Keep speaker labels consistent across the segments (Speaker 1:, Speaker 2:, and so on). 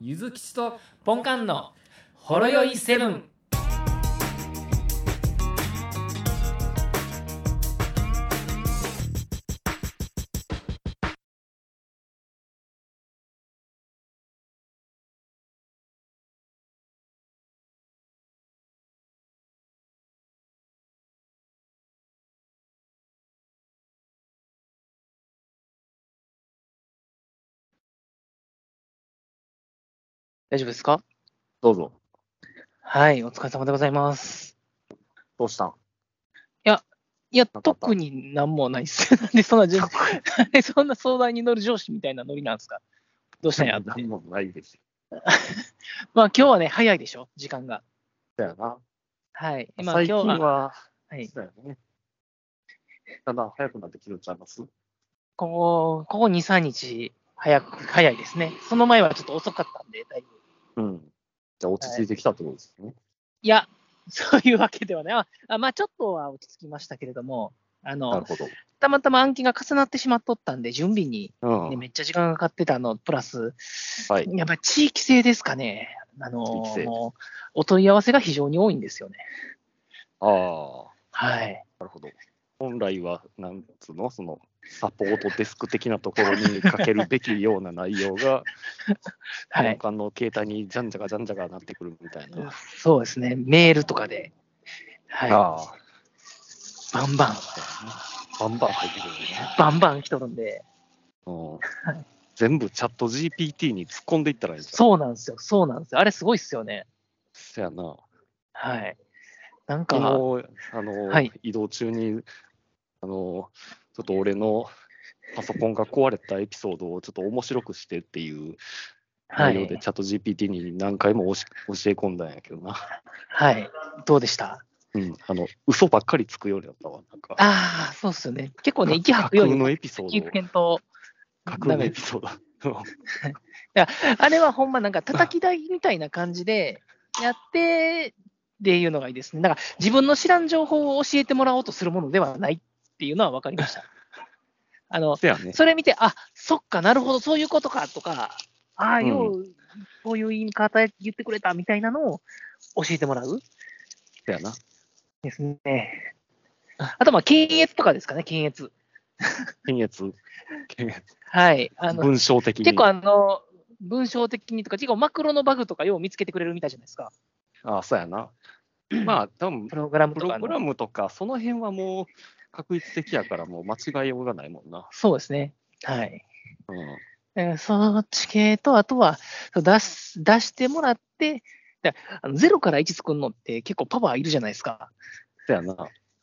Speaker 1: ゆずきちとポンカンのほろよいセブン。
Speaker 2: 大丈夫ですか
Speaker 3: どうぞ。
Speaker 2: はい、お疲れ様でございます。
Speaker 3: どうしたん
Speaker 2: いや、
Speaker 3: んかあった
Speaker 2: 特になんもないっす。 なんでそんな順、なんでそんな相談に乗る上司みたいなノリなんですかどうしたんや って
Speaker 3: 何。もないですよ。
Speaker 2: まあ今日はね、早いでしょ、時間が。
Speaker 3: だよな。
Speaker 2: はい。まあ
Speaker 3: 最近
Speaker 2: 今日は、
Speaker 3: は、
Speaker 2: はい、
Speaker 3: だよね。だんだん早くなってきてちゃいます
Speaker 2: ここ、ここ2、3日、早く、早いですね。その前はちょっと遅かったんで、だいぶ。
Speaker 3: うん。じゃあ落ち着いてきたってことですよね。
Speaker 2: いや、そういうわけではない。ああまあちょっとは落ち着きましたけれども、あ
Speaker 3: なる
Speaker 2: の、
Speaker 3: ほど。
Speaker 2: たまたま暗記が重なってしまっとったんで、準備に、
Speaker 3: うん。
Speaker 2: ね、めっちゃ時間がかかってたの、プラス、
Speaker 3: はい。
Speaker 2: やっぱり地域性ですかね。あの
Speaker 3: 地域性
Speaker 2: もうお問い合わせが非常に多いんですよね。
Speaker 3: ああ。
Speaker 2: はい。
Speaker 3: なるほど。本来は、なんつうの、その、サポートデスク的なところにかけるべきような内容が、
Speaker 2: はい。
Speaker 3: 本館の携帯にじゃんじゃかじゃんじゃかなってくるみたいな。
Speaker 2: そうですね。メールとかで、はい。
Speaker 3: ああ。
Speaker 2: バンバン、
Speaker 3: バンバン入ってくるね。
Speaker 2: バンバン来とるんで、
Speaker 3: うん。全部チャット GPT に突っ込んでいったらいいじゃん。
Speaker 2: そうなんですよ。そうなんですよ。あれすごいっすよね。
Speaker 3: そやな。
Speaker 2: はい。なん
Speaker 3: 昨
Speaker 2: か、
Speaker 3: 日あの、
Speaker 2: はい
Speaker 3: 移動中にあの、ちょっと俺のパソコンが壊れたエピソードをちょっと面白くしてっていう
Speaker 2: は
Speaker 3: 内容で、
Speaker 2: い。
Speaker 3: チャット GPT に何回も押し教え込んだんやけどな、
Speaker 2: はい。どうでした
Speaker 3: うん、あの嘘ばっかりつくようになったわ、なんか、
Speaker 2: ああ、そうっすよね。結構ね、息
Speaker 3: 架
Speaker 2: 吐くよう
Speaker 3: 空
Speaker 2: に、
Speaker 3: のエピソ
Speaker 2: 息
Speaker 3: ー
Speaker 2: 付け
Speaker 3: ド、
Speaker 2: んと、
Speaker 3: 架空のエピソード。
Speaker 2: あれはほんまなんか叩き台みたいな感じでやってっていうのがいいですね。なんか自分の知らん情報を教えてもらおうとするものではないっていうのは分かりま した。あの、
Speaker 3: せやね、
Speaker 2: それ見て、あ、そっか、なるほど、そういうことかとか、ああ、
Speaker 3: うん
Speaker 2: よう、こういう言い方言ってくれたみたいなのを教えてもらう
Speaker 3: せやな。
Speaker 2: ですね。あと、まあ、検閲とかですかね、検閲。
Speaker 3: 検閲、検閲
Speaker 2: はい。あの、
Speaker 3: 文章的に。
Speaker 2: 結構あの、文章的にとか、結構マクロのバグとかよう見つけてくれるみたいじゃないですか。
Speaker 3: あそうや な。まあ、多分
Speaker 2: プログラム
Speaker 3: プ
Speaker 2: とか
Speaker 3: ロ
Speaker 2: の
Speaker 3: グラムとか、その辺はもう確率的やから、もう間違いようがないもんな。
Speaker 2: そうですね。はい。
Speaker 3: うん
Speaker 2: えーそっち系と、あとはそう出す出してもらって、だあの0から1作るのって結構パワーいるじゃないですか。
Speaker 3: そやな。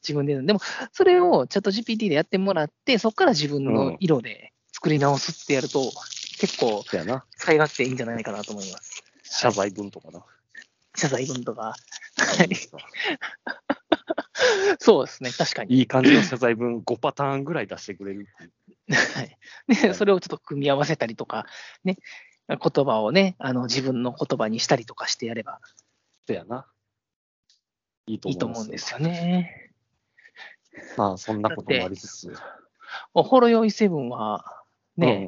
Speaker 2: 自分で言うの。でも、それをチャット GPT でやってもらって、そこから自分
Speaker 3: う
Speaker 2: の
Speaker 3: ん
Speaker 2: 色で作り直すってやると、結構
Speaker 3: そやな。
Speaker 2: 使い勝手いいんじゃないかなと思います。
Speaker 3: 謝罪文とかな。
Speaker 2: 謝罪文とか。
Speaker 3: い
Speaker 2: そうですね、確かに。
Speaker 3: い感じの謝罪文5パターンぐらい出してくれる。
Speaker 2: はいで、それをちょっと組み合わせたりとか、ね、言葉をね、あの自分の言葉にしたりとかしてやれば
Speaker 3: そやな。いいと
Speaker 2: いいと
Speaker 3: 思
Speaker 2: 思う
Speaker 3: うん
Speaker 2: んで
Speaker 3: です
Speaker 2: す
Speaker 3: よ。
Speaker 2: よね。
Speaker 3: まあ、そんなこともありつつ。
Speaker 2: おほろ酔いセブンは、ね、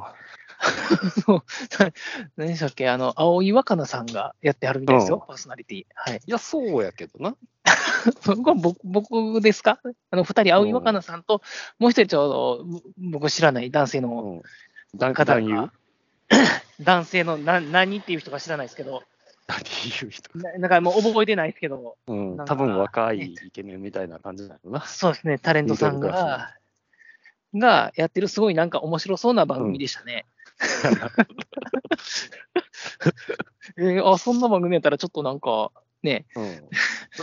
Speaker 2: そう 何でしたっけ、あの、青井若菜さんがやってはるみたいですよ、
Speaker 3: う
Speaker 2: パーソナリティ。はい。
Speaker 3: いや、そうやけどな。
Speaker 2: そこは僕僕ですかあの、二人、青井若菜さんと、もう一人ちょうど、ぶ僕知らない男性の、
Speaker 3: うん。男
Speaker 2: 方が
Speaker 3: 男優何
Speaker 2: 男性のな何っていう人か知らないですけど、
Speaker 3: 言う人。
Speaker 2: ななんかもう覚えてないですけど、
Speaker 3: うん
Speaker 2: なん。か
Speaker 3: 多分若いイケメンみたいな感じなのな。
Speaker 2: そうですね、タレントさん
Speaker 3: 緑川
Speaker 2: が、がやってるすごいなんか面白そうな番組でしたね。えーあ、そんな番組やったらちょっとなんか、ね、
Speaker 3: うん。ち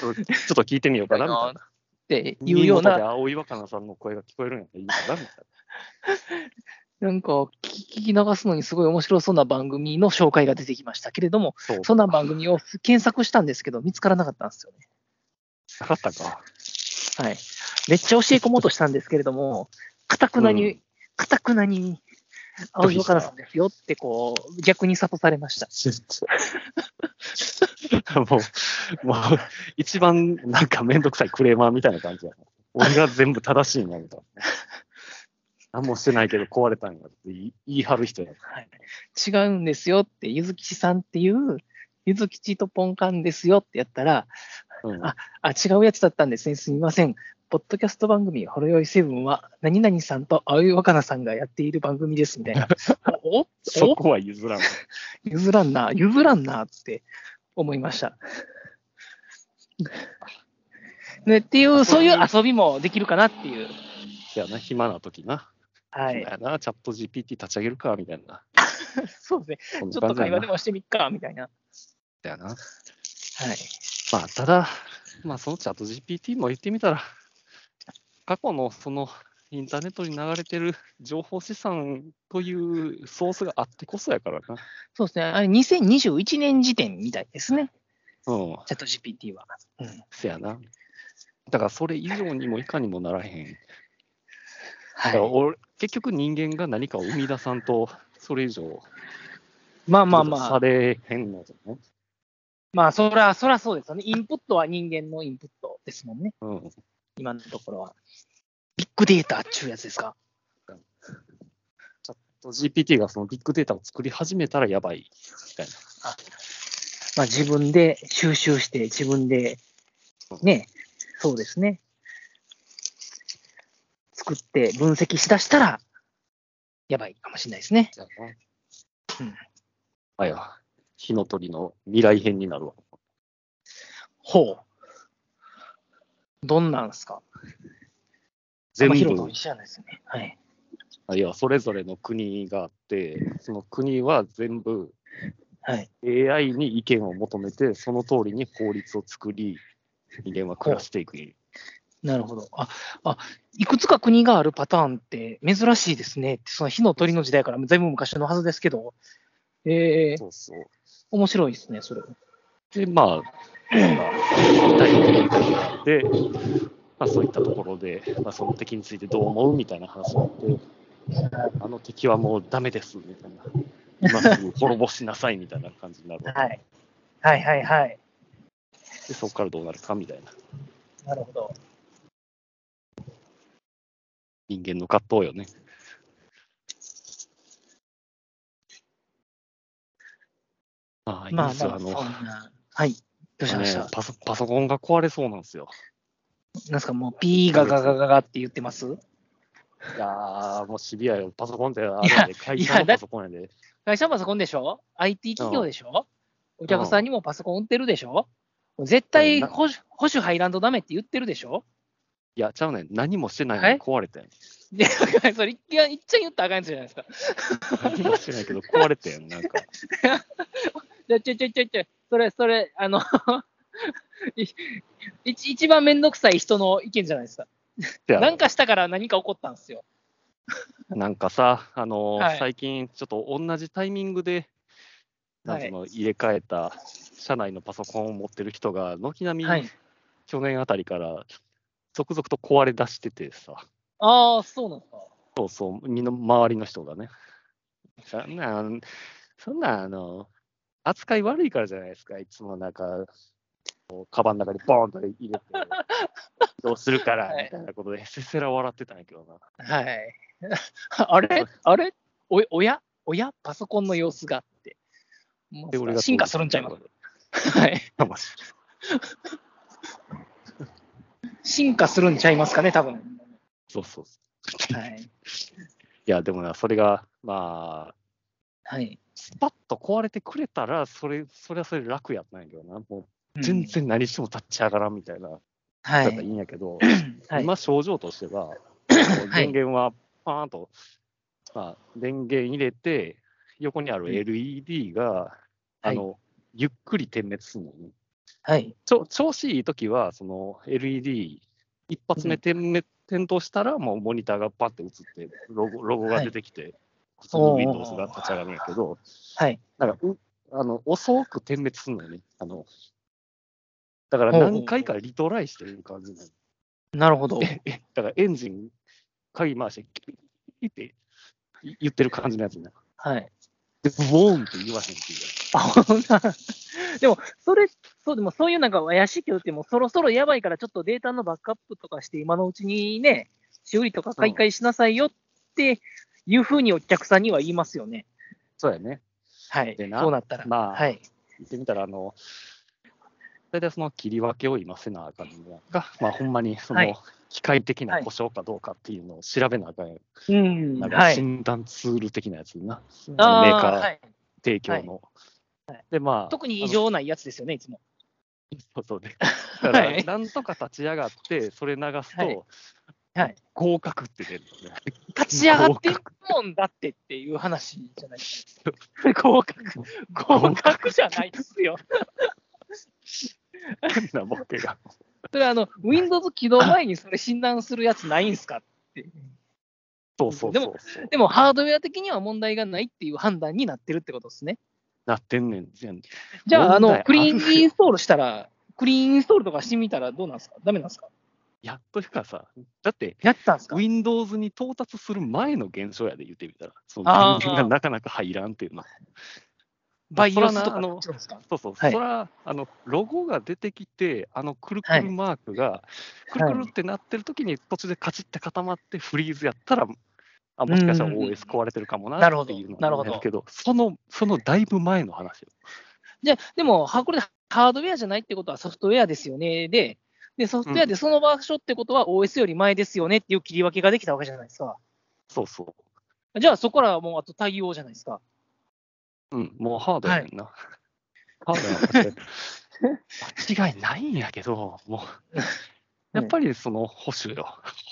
Speaker 3: ょっとちょっと聞いてみようかな、みたいな。
Speaker 2: っていうよう
Speaker 3: 耳元で
Speaker 2: な、
Speaker 3: 青井若菜さんの声が聞こえるんやったらいいかな、みたいな。
Speaker 2: なんか聞き流すのにすごい面白そうな番組の紹介が出てきましたけれども、
Speaker 3: そう。
Speaker 2: そんな番組を検索したんですけど、見つからなかったんですよね。
Speaker 3: なかったか。
Speaker 2: はい。めっちゃ教え込もうとしたんですけれども、かたくな
Speaker 3: う
Speaker 2: に
Speaker 3: ん、
Speaker 2: かたくなに、青井若菜さんですよって、こう、逆に諭されました。
Speaker 3: もう、もう、一番 なんかめんどくさいクレーマーみたいな感じやな。俺が全部正しいんやみたい何もしてないけど壊れたんやって言い言い張る人や。
Speaker 2: 違うんですよって、ゆずきちさんっていう、ゆずきちとポンカンですよってやったら、
Speaker 3: うん
Speaker 2: あ、違うやつだったんですね。すみません。ポッドキャスト番組、ほろよいセブンは、何々さんと青井若菜さんがやっている番組です、みたい な。おお
Speaker 3: そこは譲らん。
Speaker 2: 譲らんな、譲らんなって思いました。ね、っていう、そういう遊びもできるかなっていう。
Speaker 3: せやな、暇な時な。
Speaker 2: は
Speaker 3: 暇
Speaker 2: い。
Speaker 3: やな、チャット GPT 立ち上げるか、みたいな。
Speaker 2: そうですね。
Speaker 3: こん
Speaker 2: ち
Speaker 3: な
Speaker 2: ょっと
Speaker 3: 感じ
Speaker 2: 会
Speaker 3: や
Speaker 2: 話
Speaker 3: な
Speaker 2: でもしてみっか、みたいな。
Speaker 3: だよな。
Speaker 2: はい。
Speaker 3: まあ、ただ、まあ、そのチャット GPT も言ってみたら、過去のそのインターネットに流れてる情報資産というソースがあってこそやからな。
Speaker 2: そうですね。あれ、2021年時点みたいですね。
Speaker 3: うん、
Speaker 2: チャット GPT は。うん。
Speaker 3: せやな。だから、それ以上にもいかにもならへん。だから
Speaker 2: はい。
Speaker 3: 俺結局、人間が何かを生み出さんと、それ以上、
Speaker 2: まあまあま
Speaker 3: さ
Speaker 2: あ、
Speaker 3: れへんのじゃない
Speaker 2: まあ、そら、そらそうですよね。インプットは人間のインプットですもんね。
Speaker 3: うん。
Speaker 2: 今のところは。ビッグデータっちゅうやつですか。
Speaker 3: チャット GPT がそのビッグデータを作り始めたらやばいみたいな。
Speaker 2: まあ、自分で収集して、自分で、ね、そうですね。作って分析しだしたら、やばいかもしれないですね。
Speaker 3: じゃあ
Speaker 2: うん
Speaker 3: な。あや、火の鳥の未来編になるわ。
Speaker 2: ほう。どんなんすか
Speaker 3: 全
Speaker 2: あんま広
Speaker 3: 部
Speaker 2: く、知らないですね。はい。
Speaker 3: あいや、それぞれの国があって、その国は全部
Speaker 2: はい。
Speaker 3: AI に意見を求めて、その通りに法律を作り、人間は暮らしていく。
Speaker 2: なるほど。あ、あ、いくつか国があるパターンって珍しいですねって。その火の鳥の時代から、全部昔のはずですけど、えー、
Speaker 3: そうそう。
Speaker 2: 面白いですね、それ。
Speaker 3: で、まあ、なんか見たい国があって、まあ、そういったところで、まあ、その敵についてどう思うみたいな話があって、あの敵はもうダメですみたいな、今すぐ滅ぼしなさいみたいな感じになるわけ
Speaker 2: はい。はいはいはい。
Speaker 3: で、そこからどうなるかみたいな、
Speaker 2: なるほど。
Speaker 3: 人間の葛藤よね。ああ、いい
Speaker 2: まあ
Speaker 3: です
Speaker 2: ま
Speaker 3: よ、
Speaker 2: あ、
Speaker 3: あ
Speaker 2: そん
Speaker 3: の、
Speaker 2: な。はい。どうしました、
Speaker 3: ねパソ、パソコンが壊れそうなんですよ。
Speaker 2: なんすか、もうピーガガガガガって言ってます
Speaker 3: いやー、もうシビアよ、パソコンってあれやで、会社
Speaker 2: いや
Speaker 3: の
Speaker 2: だ
Speaker 3: パソコンやで。
Speaker 2: 会社はパソコンでしょ ?IT 企業でしょお客さんにもパソコン売ってるでしょ絶対
Speaker 3: うん
Speaker 2: 保守保守入らんとダメって言ってるでしょ
Speaker 3: いや、ちゃうねん。何もしてないの
Speaker 2: え
Speaker 3: に壊れて ん。
Speaker 2: で、それいやいっちゃ言ったらあかんやつじゃないですか。
Speaker 3: 何もしてないけど壊れてん。なんか、
Speaker 2: じゃ、ちょいちょいちょいちょい、それ、それ、あの、 い一一番めんどくさい人の意見じゃないですか。
Speaker 3: せやろ
Speaker 2: なんかしたから何か起こったんですよ。
Speaker 3: なんかさ、あのー
Speaker 2: はい
Speaker 3: 最近ちょっと同じタイミングで、なんかその入れ替えた社内のパソコンを持ってる人が、軒並み
Speaker 2: はい。
Speaker 3: 去年あたりから続々と壊れ出しててさ、
Speaker 2: ああ、そうなんですか。
Speaker 3: そうそう、身の周りの人がね。そんなん、そんなん、あの、扱い悪いからじゃないですか、いつもなんか、こうカバンの中にボーンと入れて、どうするから
Speaker 2: はい
Speaker 3: みたいなことで、せせら笑ってたんやけどな。
Speaker 2: はい。 あれあれおおやおやパソコンの様子があって。も
Speaker 3: で、俺
Speaker 2: う
Speaker 3: が
Speaker 2: 進化するんちゃいま
Speaker 3: か
Speaker 2: す。はい。
Speaker 3: もし
Speaker 2: 進化するんちゃいますかね、多分。
Speaker 3: そうそうそう。
Speaker 2: はい。
Speaker 3: いや、でもな、それが、まあ、
Speaker 2: はい。
Speaker 3: スパッと壊れてくれたら、それ、それはそれで楽やったんやけどな、も
Speaker 2: う
Speaker 3: うん全。然何しても立ち上がらんみたいな、
Speaker 2: は
Speaker 3: だったらい
Speaker 2: い。
Speaker 3: いんやけど、
Speaker 2: はい。
Speaker 3: 今、症状としては、こう
Speaker 2: はい
Speaker 3: 電源はパーンと、まあ、電源入れて、横にあ
Speaker 2: うん
Speaker 3: る LED が、あの、ゆっくり点滅するのね。
Speaker 2: はい。
Speaker 3: ちょ調子いいときは、その LED、一発目点滅、点灯したら、もうモニターがパッて映って、ロゴロゴが出てきて、普通の
Speaker 2: おー
Speaker 3: Windows が立ち上がるんやけど、
Speaker 2: はい。
Speaker 3: なんかうあの遅く点滅するのよね。あのだから
Speaker 2: ほうほう
Speaker 3: 何回かリトライしてる感じなの。
Speaker 2: なるほど。
Speaker 3: だからエンジン、鍵回して、キリキリキリってい言ってる感じのやつね。
Speaker 2: はい。
Speaker 3: で、ブボーンって言わへんっていう。
Speaker 2: あ、ほんな でも、それ、そう、でもそういうなんか怪しいけど、でもそろそろやばいから、ちょっとデータのバックアップとかして、今のうちにね、修理とか買い替えしなさいよっっていうふうにお客さんには言いますよね。
Speaker 3: そうやね。
Speaker 2: はい。
Speaker 3: でな
Speaker 2: そうなったら。
Speaker 3: まあ
Speaker 2: はい。
Speaker 3: 言ってみたら、あの、大体その切り分けを今せなあかんのが、まあ、ほんまにそ
Speaker 2: はい
Speaker 3: の機械的な故障かどうかっていうのを調べなあかんやん
Speaker 2: うん。
Speaker 3: なん
Speaker 2: は
Speaker 3: か
Speaker 2: い。
Speaker 3: 診断ツール的なやつな、
Speaker 2: あ
Speaker 3: メーカー
Speaker 2: はい
Speaker 3: 提供の。で、まあ、
Speaker 2: 特に異常ないやつですよね、いつ も。
Speaker 3: そうそうね。だ か
Speaker 2: は
Speaker 3: ら、
Speaker 2: い
Speaker 3: なんとか立ち上がって、それ流すと、
Speaker 2: はいはい
Speaker 3: 合格って出るのね。
Speaker 2: 立ち上がってるもんだってっていう話じゃないですか。 合格。合格じゃないですよ。
Speaker 3: 変なボケが。
Speaker 2: それあの、Windows 起動前にそれ診断するやつないんすかって。
Speaker 3: そうそう
Speaker 2: で
Speaker 3: そう
Speaker 2: も
Speaker 3: そう。
Speaker 2: でも、ハードウェア的には問題がないっていう判断になってるってことですね。
Speaker 3: なってんねん。全然
Speaker 2: じゃあ、あ
Speaker 3: 問
Speaker 2: の
Speaker 3: 題、
Speaker 2: クリーンインストールしたら、クリーンインストールとかしてみたらどうなんですかダメなんですか
Speaker 3: やっというかさ、だって、
Speaker 2: やったんですか
Speaker 3: Windows に到達する前の現象やで言ってみたら、そ
Speaker 2: あ
Speaker 3: の
Speaker 2: ー
Speaker 3: 人間がなかなか入らんっていうのは。
Speaker 2: バイオス
Speaker 3: そ
Speaker 2: と
Speaker 3: ら
Speaker 2: か
Speaker 3: なあの
Speaker 2: どっちなんですか
Speaker 3: そうそう、
Speaker 2: はい
Speaker 3: そら、あの、ロゴが出てきて、あの、くるくるマークが、くるくるってなってる時に、途中でカチッて固まってフリーズやったら、あもしかしたら
Speaker 2: うん
Speaker 3: OS 壊れてるかもな
Speaker 2: なるほ
Speaker 3: っ
Speaker 2: ど
Speaker 3: ていうの
Speaker 2: なるほど
Speaker 3: ですけど、その、そのだいぶ前の話よ。
Speaker 2: じゃあ、でも、はこれハードウェアじゃないってことはソフトウェアですよね。で、でソフトウェアでその場所ってことは OS より前ですよねっていう切り分けができたわけじゃないですか。
Speaker 3: そうそ
Speaker 2: じゃあ、そこらはもうあと対応じゃないですか。
Speaker 3: う。うん、もうハードやねんな。ハードやな間違いないんやけど、もう、やっぱりその保守よ。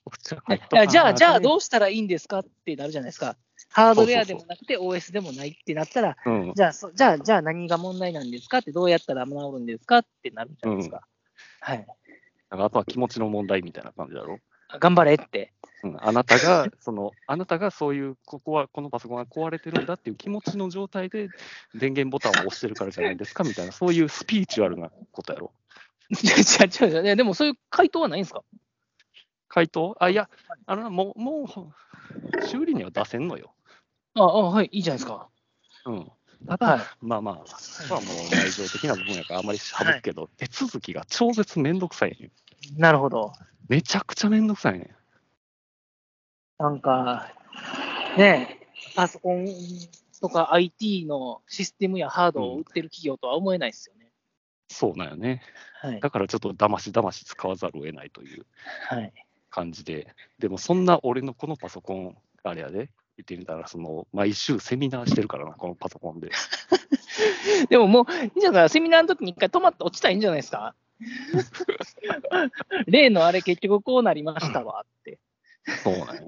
Speaker 3: 保守入っとか
Speaker 2: い
Speaker 3: な
Speaker 2: やじゃあ、じゃあ
Speaker 3: う
Speaker 2: どうしたらいいんですかってなるじゃないですか。ハードウェアでもなくて OS でもないってなったら、
Speaker 3: うん、
Speaker 2: じゃあ、そじゃあ、じゃあ何が問題なんですかって、どうやったら治るんですかってなるじゃないですか。はい。
Speaker 3: なんかあとは気持ちの問題みたいな感じだろ。
Speaker 2: 頑張れって。
Speaker 3: うん、あなたが、その、あなたがそういう、ここは、このパソコンが壊れてるんだっていう気持ちの状態で、電源ボタンを押してるからじゃないですかみたいな、そういうスピーチュアルなことやろ。
Speaker 2: じゃあ、じゃあじゃあいやでもそういう回答はないんですか
Speaker 3: 回答あ、いや、あの、もう、もう、修理には出せんのよ。
Speaker 2: ああ、はい、いいじゃないですか。
Speaker 3: うん。ただ、
Speaker 2: はい。
Speaker 3: まあまあ、そこはもう内情的な部分やからあまり省くけど、手続きが超絶めんどくさいねん
Speaker 2: なるほど。
Speaker 3: めちゃくちゃめんどくさいね
Speaker 2: なんか、ねえ、パソコンとか IT のシステムやハードを売ってる企業とは思えないですよね。
Speaker 3: ん。そうなんよね。
Speaker 2: はい。
Speaker 3: だからちょっとだましだまし使わざるを得ないという。
Speaker 2: はい。
Speaker 3: 感じで、でもそんな俺のこのパソコン、あれやで、言ってみたら、その毎週セミナーしてるからな、このパソコンで。
Speaker 2: でももう、いいじゃないセミナーの時に一回止まって落ちたらいいんじゃないです か例のあれ結局こうなりましたわって。
Speaker 3: そうなんや。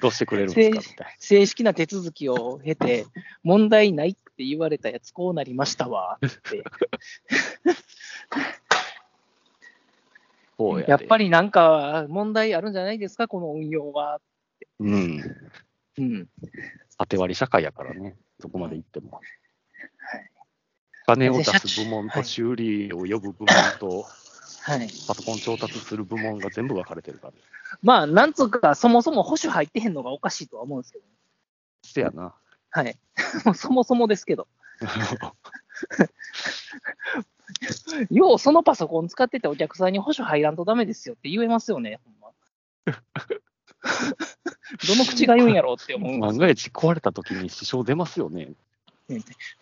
Speaker 3: どうしてくれるんですかみたい
Speaker 2: 正式な手続きを経て、問題ないって言われたやつこうなりましたわって。
Speaker 3: な。
Speaker 2: やっぱ
Speaker 3: り。
Speaker 2: りなんか問題あるんじゃないですかこの運用は。
Speaker 3: うん。
Speaker 2: うん。
Speaker 3: 縦割り社会やからね、どこまで行っても。お金を出す部門
Speaker 2: は
Speaker 3: と
Speaker 2: い
Speaker 3: 修理を呼ぶ部門と、
Speaker 2: はい。
Speaker 3: パソコン調達する部門が全部分かれてるから。
Speaker 2: まあ、なんつうか、そもそも保守入ってへんのがおかしいとは思うんですけど、
Speaker 3: せやな。
Speaker 2: はい。 もうそもそもですけど、ようそのパソコン使っててお客さんに保守入らんとダメですよって言えますよね、ほん ま。どの口が言うんやろうって思う。
Speaker 3: 万が一壊れた時に支障出ますよね。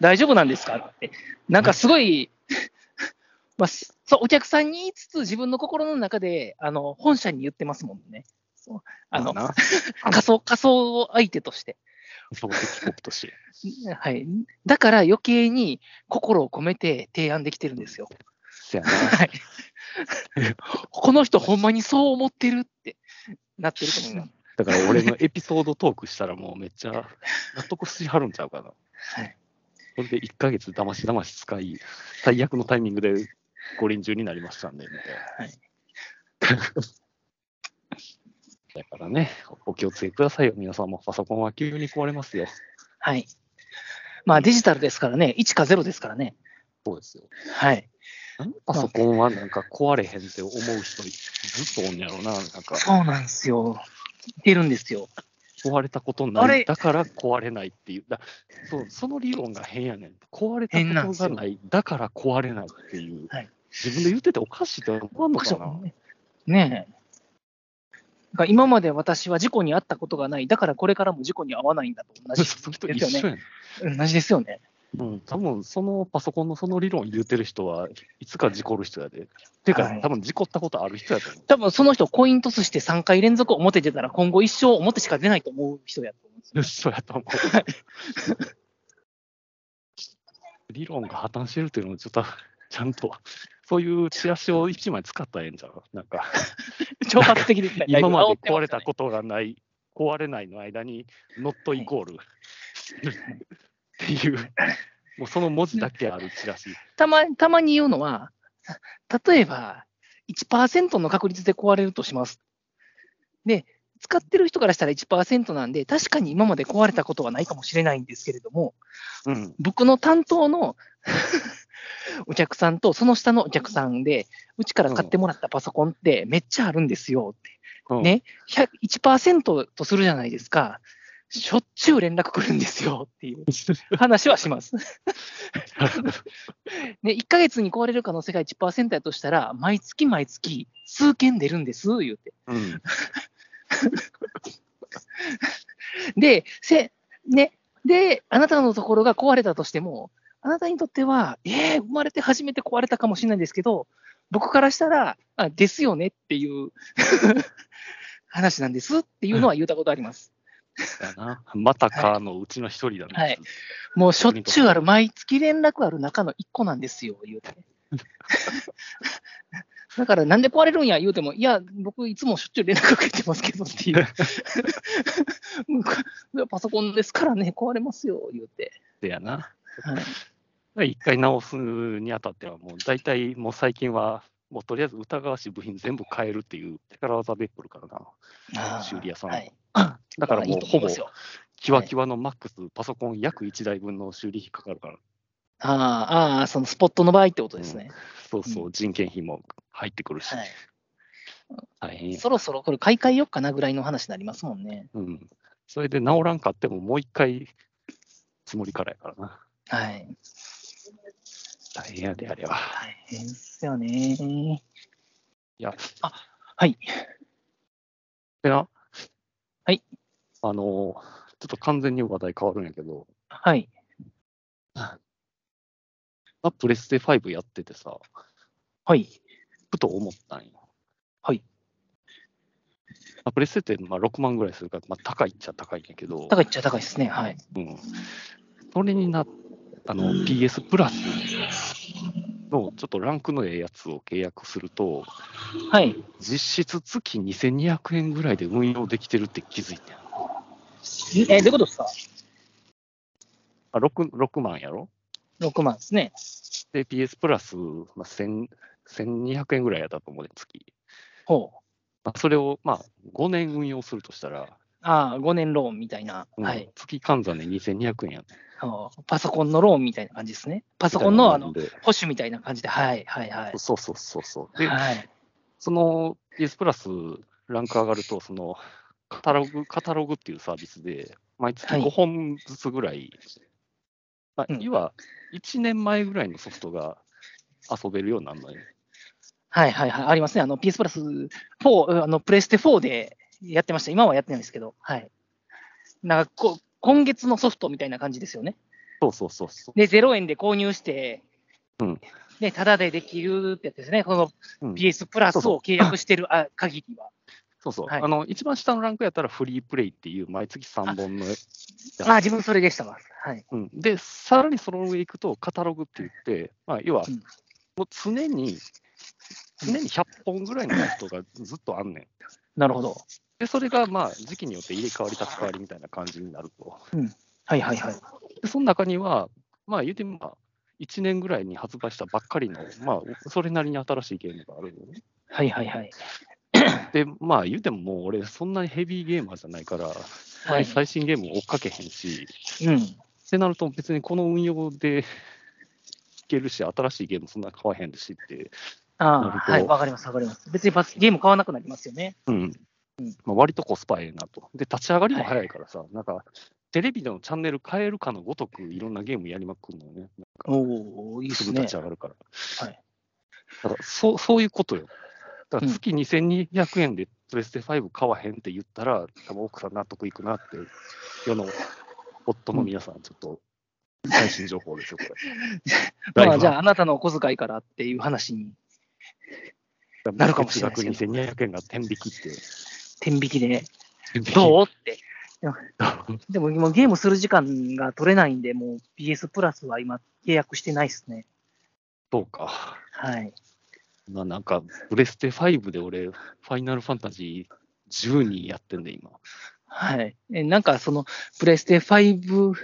Speaker 2: 大丈夫なんですかって。なんかすごい、 まあ、そう、お客さんに言いつつ自分の心の中で、あの、本社に言ってますもんね。そうあの、
Speaker 3: まな
Speaker 2: 仮想、仮想相手として。
Speaker 3: そう敵国として。
Speaker 2: はい。だから余計に心を込めて提案できてるんですよ。
Speaker 3: せや な。
Speaker 2: はい。この人ほんまにそう思ってるってなってると思います。
Speaker 3: だから俺のエピソードトークしたらもうめっちゃ納得しはるんちゃうかな。
Speaker 2: はい。
Speaker 3: それで1ヶ月だましだまし使い、最悪のタイミングで五輪中になりましたんで、みたいな。 だからね、お気をつけくださいよ、皆さんも。パソコンは急に壊れますよ。
Speaker 2: はい。まあデジタルですからね、1か0ですからね。
Speaker 3: そうですよ。
Speaker 2: はい。
Speaker 3: なんでパソコンはなんか壊れへんって思う人ずっとおんねやろな。なんか
Speaker 2: そうなんですよ。いてるんですよ。
Speaker 3: 壊れたこと
Speaker 2: あ
Speaker 3: ない。
Speaker 2: れ
Speaker 3: だから壊れないっていう。だそうその理論が変やねん。壊れた
Speaker 2: 変なん
Speaker 3: こ
Speaker 2: で
Speaker 3: と
Speaker 2: すよ
Speaker 3: がない。だから壊れないっていう。
Speaker 2: はい
Speaker 3: 自分で言ってておかしいと思わんのかな。
Speaker 2: ねえ。なんか今まで私は事故に遭ったことがない、だからこれからも事故に遭わないんだと同 じ。
Speaker 3: それと一緒やね。
Speaker 2: 同じですよね。
Speaker 3: うん、多分そのパソコンのその理論言ってる人はいつか事故る人やで。っていうか、
Speaker 2: はい
Speaker 3: 多分事故ったことある人やと思う。
Speaker 2: 多分その人、コイントスして3回連続表出たら、今後一生表しか出ないと思う人やと思うんですよ。
Speaker 3: そうやと思う。理論が破綻してるっていうのをちょっと、ちゃんと、そういうチラシを一枚使ったらええんちゃうなんか、
Speaker 2: 挑発的ですね。
Speaker 3: 今ま
Speaker 2: だ
Speaker 3: で
Speaker 2: いぶ煽
Speaker 3: 壊
Speaker 2: っ
Speaker 3: れ
Speaker 2: てま
Speaker 3: た
Speaker 2: し
Speaker 3: ことがない、壊れないの間に、ノットイコール、っていう、もうその文字だけあるチラシ。
Speaker 2: たまたまに言うのは、た例えば1%の確率で壊れるとします。で、使ってる人からしたら1%なんで、確かに今まで壊れたことはないかもしれないんですけれども、
Speaker 3: うん。
Speaker 2: 僕の担当の お客さんとその下のお客さんで、うちから買ってもらったパソコンってめっちゃあるんですよって。
Speaker 3: うん
Speaker 2: ね100 1%とするじゃないですか。しょっちゅう連絡来るんですよっていう話はします。ね、1ヶ月に壊れる可能性が1%やとしたら、毎月毎月数件出るんです、言うて。
Speaker 3: うん。
Speaker 2: で、せ、ね、で、あなたのところが壊れたとしても、あなたにとっては、えー、生まれて初めて壊れたかもしれないんですけど、僕からしたら、あですよねっていう 話なんですっていうのは言ったことあります。
Speaker 3: だな。またかのうちの一人だな。
Speaker 2: はいもうしょっちゅうある、毎月連絡ある中の1個なんですよ、言うて。だから、なんで壊れるんや、言うても、いや、僕、いつもしょっちゅう連絡受けてますけどっていう。 もうこれパソコンですからね、壊れますよ、言うて。
Speaker 3: でやな。
Speaker 2: はい
Speaker 3: 一回直すにあたっては、もう大体、もう最近は、もうとりあえず疑わしい部品全部変えるっていう手から技ベッドルからな。修理屋さん
Speaker 2: はい、
Speaker 3: だか
Speaker 2: ま
Speaker 3: ら
Speaker 2: あい
Speaker 3: も
Speaker 2: いうと
Speaker 3: ほ
Speaker 2: 思い
Speaker 3: ぼ
Speaker 2: ますよ
Speaker 3: キワキワのマックス、パソコン約1台分の修理費かかるから、
Speaker 2: あーあー、そのスポットの場合ってことですね。
Speaker 3: そうそう、人件費も入ってくるし、
Speaker 2: はい
Speaker 3: 大変や
Speaker 2: そろそろこれ買い替えよっかなぐらいの話になりますもんね。
Speaker 3: うん。それで直らんかっても、もう一回、つもりからやからな。
Speaker 2: はい。
Speaker 3: 大変やで、あれは。
Speaker 2: 大変ですよね。
Speaker 3: いや、
Speaker 2: はい。
Speaker 3: でな、
Speaker 2: はい。
Speaker 3: あの、ちょっと完全に話題変わるんやけど、
Speaker 2: はい。
Speaker 3: まあ、プレステ5やっててさ、
Speaker 2: はい。
Speaker 3: ふと思ったんよ。
Speaker 2: はい。
Speaker 3: まあ、プレステってまあ6万ぐらいするから、まあ、高いっちゃ高いんやけど、
Speaker 2: 高いっちゃ高いですね。はい。
Speaker 3: うん、それになあの PS プラスのちょっとランクのええやつを契約すると、
Speaker 2: はい。
Speaker 3: 実質月2200円ぐらいで運用できてるって気づいてん
Speaker 2: え、どういうことですか
Speaker 3: あ 6, 6万やろ
Speaker 2: ?6 万ですね。
Speaker 3: で、PS プラス、まあ、1000 1200円ぐらいやったと思うね、月。
Speaker 2: ほう。
Speaker 3: まあ、それを、まあ、5年運用するとしたら、
Speaker 2: ああ、5年ローンみたいな。
Speaker 3: うん
Speaker 2: はい。
Speaker 3: 月換算で2200円やね。
Speaker 2: ほうパソコンのローンみたいな感じですね。パソコンのあの
Speaker 3: で
Speaker 2: 保守みたいな感じで。はい。はい。はい。
Speaker 3: そうそうそうそう。で、
Speaker 2: はい。
Speaker 3: その PS プラスランク上がると、そのカタログ、カタログっていうサービスで、毎月
Speaker 2: はい
Speaker 3: 5本ずつぐらい、まあ
Speaker 2: うん
Speaker 3: 要は1年前ぐらいのソフトが遊べるようになるのよ。
Speaker 2: はい。はい。はい。ありますね。あの、PS プラス4、うんあの、プレステ4でやってました。今はやってないですけど。はい。なんかこ、今月のソフトみたいな感じですよね。
Speaker 3: そうそうそうそ
Speaker 2: で、0円で購入して、
Speaker 3: うん
Speaker 2: ね、ただでできるってやつですね。この
Speaker 3: う。うん
Speaker 2: PS プラスを契約してるあ限りは。
Speaker 3: そうそう、
Speaker 2: はい
Speaker 3: あの。一番下のランクやったらフリープレイっていう毎月3本の、
Speaker 2: ああ、自分それでしたわ。はい。
Speaker 3: うん。で、さらにその上行くとカタログって言って、まあ、要は
Speaker 2: うん
Speaker 3: もう常に、常に100本ぐらいのソフトがずっとあんねん。
Speaker 2: なるほど。
Speaker 3: で、それがまあ時期によって入れ替わり、立ち替わりみたいな感じになると。
Speaker 2: はいはいはい。
Speaker 3: で、その中には、まあ言うてもまあ、1年ぐらいに発売したばっかりの、まあ、それなりに新しいゲームがあるよね。
Speaker 2: はいはいはい。
Speaker 3: で、まあ言うてももう俺、そんなにヘビーゲーマーじゃないから、
Speaker 2: はい
Speaker 3: 最新ゲーム追っかけへんし、
Speaker 2: うん。
Speaker 3: ってなると別にこの運用でいけるし、新しいゲームそんな買わへんしって、なる
Speaker 2: あ
Speaker 3: ほ
Speaker 2: あ、
Speaker 3: ど
Speaker 2: はい、わかりますわかります。別にパスゲーム買わなくなりますよね。
Speaker 3: うん。まあ、割とコスパええなと。で、立ち上がりも早いからさ、なんか、テレビのチャンネル変えるかのごとくいろんなゲームやりまくるのよね。
Speaker 2: おお、いいです
Speaker 3: すぐ
Speaker 2: ね
Speaker 3: 立ち。上がるから。
Speaker 2: はい
Speaker 3: だからそうそういうことよ。だから月2200円でプレステ5買わへんって言ったら、多分奥さん納得いくなって、世の夫の皆さん、ちょっと最新情報ですよ、こ れ。
Speaker 2: まあ、じゃあ、あなたのお小遣いからっていう話に
Speaker 3: あ
Speaker 2: なるかもしれないですけ
Speaker 3: 月額2200円が天引き って。
Speaker 2: 天引きで、
Speaker 3: う
Speaker 2: どうって。
Speaker 3: あ
Speaker 2: でも、もうゲームする時間が取れないんで、もう PS プラスは今、契約してないですね。
Speaker 3: そうか。
Speaker 2: はい。
Speaker 3: まあ、なんか、プレステ5で俺、ファイナルファンタジー10人やってんで、今。
Speaker 2: はい。え、なんか、その、プレステ5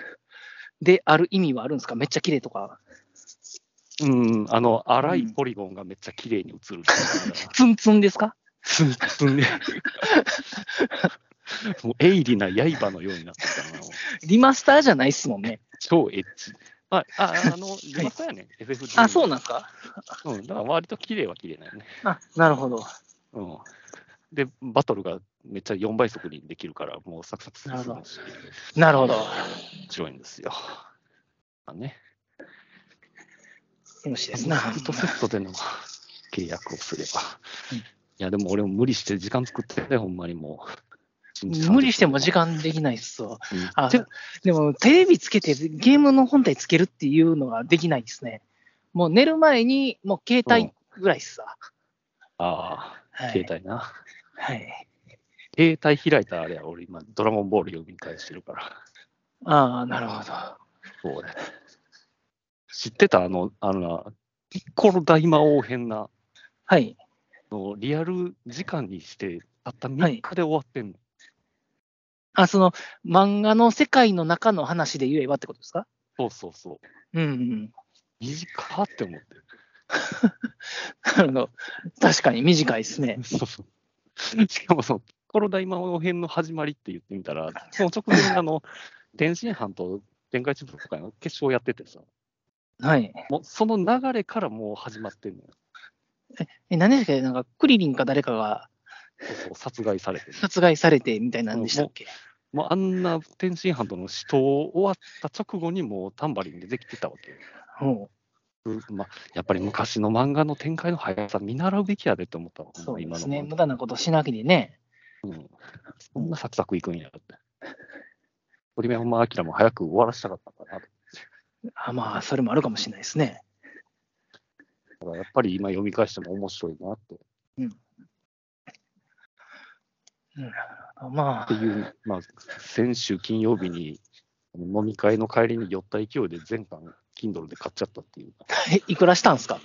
Speaker 2: である意味はあるんですかめっちゃ綺麗とか。
Speaker 3: うん、あの、荒いポリゴンがめっちゃ綺麗に映 る。
Speaker 2: ツンツンですか
Speaker 3: ツンツンで。もう鋭利な刃のようになってたな。
Speaker 2: リマスターじゃないっすもんね。
Speaker 3: 超エッチ。あ、ああの、リマスターやね。FF10。
Speaker 2: あ、そうなんですか
Speaker 3: うん。だから割と綺麗は綺麗だよね。
Speaker 2: あ、なるほど。
Speaker 3: うん。で、バトルがめっちゃ4倍速にできるから、もうサクサク進
Speaker 2: なるほ
Speaker 3: む
Speaker 2: ど
Speaker 3: し、
Speaker 2: なるほど。
Speaker 3: 面白いんですよ。まあね。
Speaker 2: よろしいです
Speaker 3: ず
Speaker 2: な。
Speaker 3: っとセットでの契約をすれば。いや、でも俺も無理して時間作ってね、ほんまにもう。
Speaker 2: 無理しても時
Speaker 3: 間。
Speaker 2: 間できないっすわ。
Speaker 3: うん
Speaker 2: あ
Speaker 3: て
Speaker 2: でも、テレビつけて、ゲームの本体つけるっていうのができないですね。もう寝る前に、もう携帯ぐらいっすわ。
Speaker 3: あ
Speaker 2: は
Speaker 3: あ、
Speaker 2: い
Speaker 3: 携帯な。
Speaker 2: はい。
Speaker 3: 携帯開いたらあれや、俺今、ドラゴンボール読み返してるから。
Speaker 2: ああ、なるほど。
Speaker 3: そうね。知ってたあの、あのな、ピッコロ大魔王編な、
Speaker 2: はい。
Speaker 3: のリアル時間にして、たった
Speaker 2: はい
Speaker 3: 3日で終わってんの。
Speaker 2: あ、その、漫画の世界の中の話で言えばってことですか
Speaker 3: そうそうそう。
Speaker 2: うんうん。
Speaker 3: 短って思って。
Speaker 2: なるほど。確かに短いですね。
Speaker 3: そうそう。しかもその、ピッコロ大魔王編の始まりって言ってみたら、その直前にあの、天津飯と天下一武道会の決勝やっててさ、
Speaker 2: はい。
Speaker 3: もうその流れからもう始まってんのよ。
Speaker 2: え、何でしたっけなんか、クリリンか誰かが
Speaker 3: そうそう殺害されてる。
Speaker 2: 殺害されてみたいなんでしたっけ
Speaker 3: もうあんな天津飯との死闘終わった直後にもうタンバリンでできてたわけよ。
Speaker 2: も
Speaker 3: うまあ、やっぱり昔の漫画の展開の速さ見習うべきやでって思ったわ、
Speaker 2: う、そうです
Speaker 3: 今
Speaker 2: ね。
Speaker 3: の漫
Speaker 2: 無駄なことしなきでね。
Speaker 3: 画そんなサクサクいくんやろって。堀部本明も早く終わらせたかったんだなと。
Speaker 2: あまあ、それもあるかもしれないですね。
Speaker 3: だからやっぱり今読み返しても面白いなって
Speaker 2: ま
Speaker 3: っていう、まあ、先週金曜日に飲み会の帰りに寄った勢いで全巻 Kindle で買っちゃったっていう、
Speaker 2: あ、えいくらしたんですか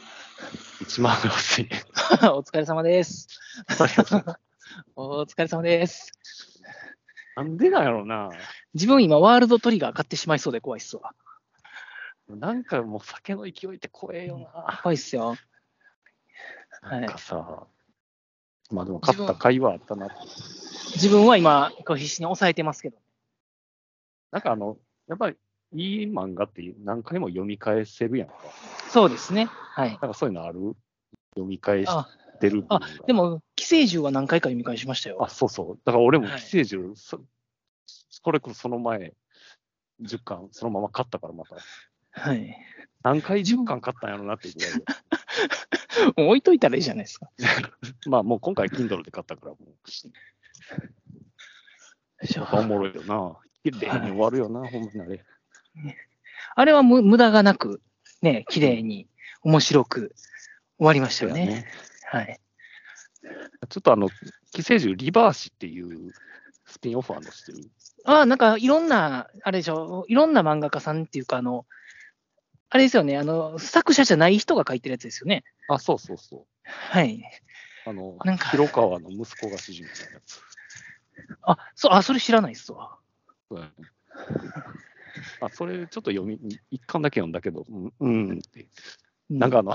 Speaker 3: 1万6000円。
Speaker 2: お疲れ様です。お疲れ様です。
Speaker 3: なんでなんやろな。
Speaker 2: 自分今、ワールドトリガー買ってしまいそうで怖いっすわ。
Speaker 3: なんかもう酒の勢いって怖えよな。
Speaker 2: 怖いっすよ。はい
Speaker 3: なんかさ、まあでも勝った会はあったなって。
Speaker 2: 自分は今、こう必死に抑えてますけど。
Speaker 3: なんかあの、やっぱりいい漫画って何回も読み返せるやんか。
Speaker 2: そうですね。はい。
Speaker 3: なんかそういうのある読み返し
Speaker 2: あ、
Speaker 3: てる
Speaker 2: あ
Speaker 3: 部分が
Speaker 2: でも、寄生獣は何回か読み返しましたよ
Speaker 3: あ、。そうそう。だから俺も
Speaker 2: はい
Speaker 3: 寄生獣、そそれこそその前、10巻、そのまま買ったからまた。
Speaker 2: はい。
Speaker 3: 何回10巻買ったんやろなっていう ぐらいで。
Speaker 2: もう置いといたらいいじゃないですか。
Speaker 3: まあもう今回 Kindle で買ったからもう、やっぱおもろいよな。綺麗に終わるよな、 ほんまにあれ。
Speaker 2: あれはむ無駄がなく、ね、綺麗に、面白く終わりましたよね。
Speaker 3: ね
Speaker 2: はい。
Speaker 3: ちょっとあの、寄生獣リバーシっていうスピンオファーのしてる。
Speaker 2: あなんかいろんな、あれでしょ、いろんな漫画家さんっていうか、あの、あれですよね、あの、作者じゃない人が書いてるやつですよね。
Speaker 3: あ、そうそうそ
Speaker 2: はい。
Speaker 3: う。あの、
Speaker 2: なんか
Speaker 3: 広川の息子が主人公のやつ。
Speaker 2: あ、そう、あ、それ知らないっすわ。
Speaker 3: そうやね あ、それちょっと読み、一巻だけ読んだけど、うん、うんって。
Speaker 2: う
Speaker 3: なんかあの、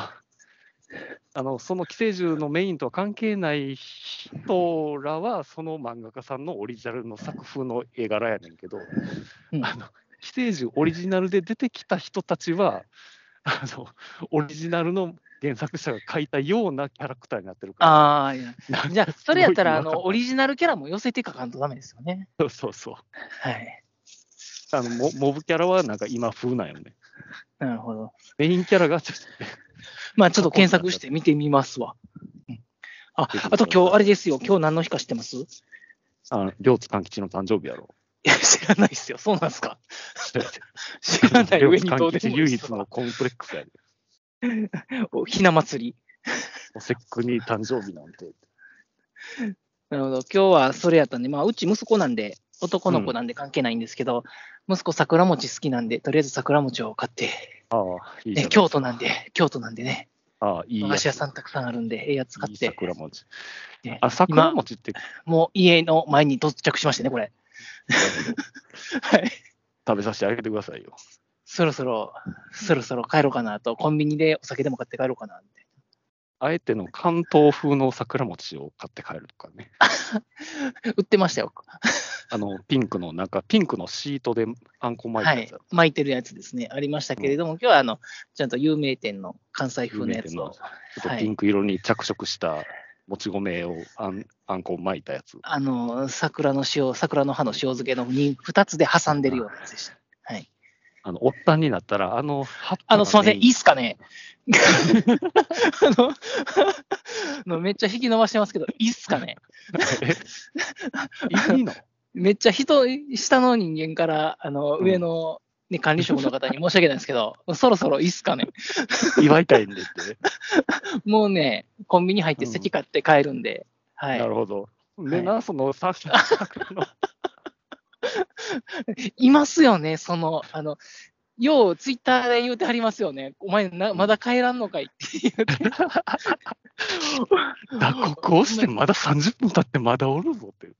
Speaker 3: あのその寄生獣のメインとは関係ない人らは、その漫画家さんのオリジナルの作風の絵柄やねんけど、
Speaker 2: うん
Speaker 3: あの寄生獣オリジナルで出てきた人たちは、あのオリジナルの原作者が描いたようなキャラクターになってるから、
Speaker 2: ああ、いや
Speaker 3: なんか
Speaker 2: じゃ あ、それやったら、あ
Speaker 3: すごい違和
Speaker 2: の、
Speaker 3: 感
Speaker 2: オリジナルキャラも寄せて書かんとダメですよね。
Speaker 3: そうそうそう
Speaker 2: はい。
Speaker 3: あのモ、モブキャラはなんか今風なんよね。
Speaker 2: なるほど。
Speaker 3: メインキャラがちょっと
Speaker 2: まあ、ちょっと検索して見てみますわ。うんあ、あと今日、あれですよ。今日何の日か知ってますい
Speaker 3: あ、両津勘吉の誕生日やろ。
Speaker 2: や、知らないですよ。そうなんですか。 知ら ない上にどうでもいいっ
Speaker 3: 唯
Speaker 2: す
Speaker 3: 一のコンプレックスやで。
Speaker 2: おひな祭り。
Speaker 3: おせっくに誕生日なんて。
Speaker 2: なるほど。今日はそれやったんで、まあ、うち息子なんで、男の子なんで関係ないんですけど、息子桜餅好きなんで、とりあえず桜餅を買って、
Speaker 3: ああ、いいじゃ
Speaker 2: ね、
Speaker 3: ん。
Speaker 2: 京都なんで、京都なんでね、
Speaker 3: ああ、いい
Speaker 2: 和
Speaker 3: や
Speaker 2: 菓
Speaker 3: つ
Speaker 2: 子屋さんたくさんあるんで、ええやつ買
Speaker 3: い
Speaker 2: っ
Speaker 3: い
Speaker 2: て、
Speaker 3: 桜餅
Speaker 2: ね。
Speaker 3: あ、桜餅って
Speaker 2: もう家の前に到着しましたね、これ。はい。
Speaker 3: 食べさせてあげてくださいよ。
Speaker 2: そろそろ、そろそろ帰ろうかなと、コンビニでお酒でも買って帰ろうかなって。
Speaker 3: あえての関東風の桜餅を買って帰るとかね。
Speaker 2: 売ってましたよ。
Speaker 3: あの、ピンクの、なんか、ピンクのシートであんこ巻い
Speaker 2: は
Speaker 3: たや
Speaker 2: い
Speaker 3: つやろ。。
Speaker 2: 巻いてるやつですね。ありましたけれども、今日はあの、ちゃんと有名店の関西風のやつ
Speaker 3: 有名店の
Speaker 2: を
Speaker 3: ち。ょっとピンク色に着色したもち米をあんあんこ巻いたやつ。
Speaker 2: あの、桜の塩、桜の葉の塩漬けのに2つで挟んでるようなやつでした。
Speaker 3: あの、おったんになったら、あの、葉っぱ
Speaker 2: あの、すいません、いいっ
Speaker 3: す
Speaker 2: すかね あの、あのめっちゃ引き伸ばしてますけど、いいっすかね
Speaker 3: い いの
Speaker 2: めっちゃ人、下の人間から、あの、
Speaker 3: うん
Speaker 2: 上の、ね、管理職の方に申し訳ないですけど、そろそろいいっすかね
Speaker 3: 祝いたいんでって。
Speaker 2: もうね、コンビニ入って席買って帰るんで、は。
Speaker 3: ないるほど。
Speaker 2: は
Speaker 3: で、
Speaker 2: い
Speaker 3: な、その、さ桜 の
Speaker 2: いますよね、その、あの、よう、ツイッターで言うてはりますよね。お前な、まだ帰らんのかいって言うて。
Speaker 3: 脱穀をしてまだ30分経ってまだおるぞって。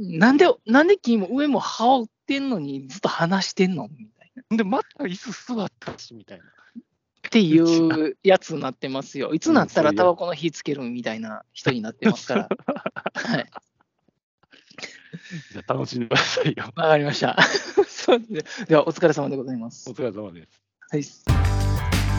Speaker 2: なんで、なんで君も上も歯を打ってんのにずっと話してんのみたいな。
Speaker 3: で、また椅子座ったし、 みたいな。
Speaker 2: って いうやつになってますよ。いつなった
Speaker 3: う
Speaker 2: ら
Speaker 3: んそうい
Speaker 2: タ
Speaker 3: う
Speaker 2: バコの火つけるみたいな人になってますから。はい。
Speaker 3: じゃあ楽しんでくださいよ。
Speaker 2: わかりました。 そうですねでは、お疲れ様でございま
Speaker 3: お
Speaker 2: す。
Speaker 3: 疲れ様です。
Speaker 2: はい。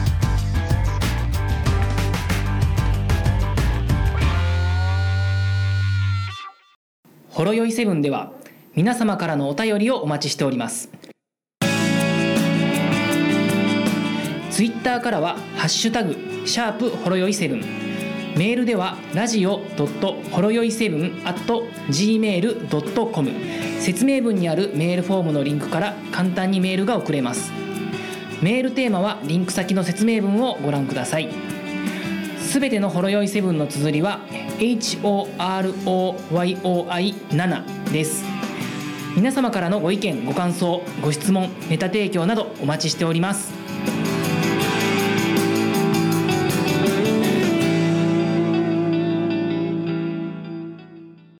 Speaker 1: ほろよいセブンでは皆様からのお便りをお待ちしておりますツイッターからは「ハッシュタグシャープほろよいセブン」メールではラジオドットほろよいセブン at gmail.com 説明文にあるメールフォームのリンクから簡単にメールが送れますメールテーマはリンク先の説明文をご覧くださいすべてのほろ酔いセブンの綴りは HOROYOI7 です皆様からのご意見ご感想ご質問ネタ提供などお待ちしております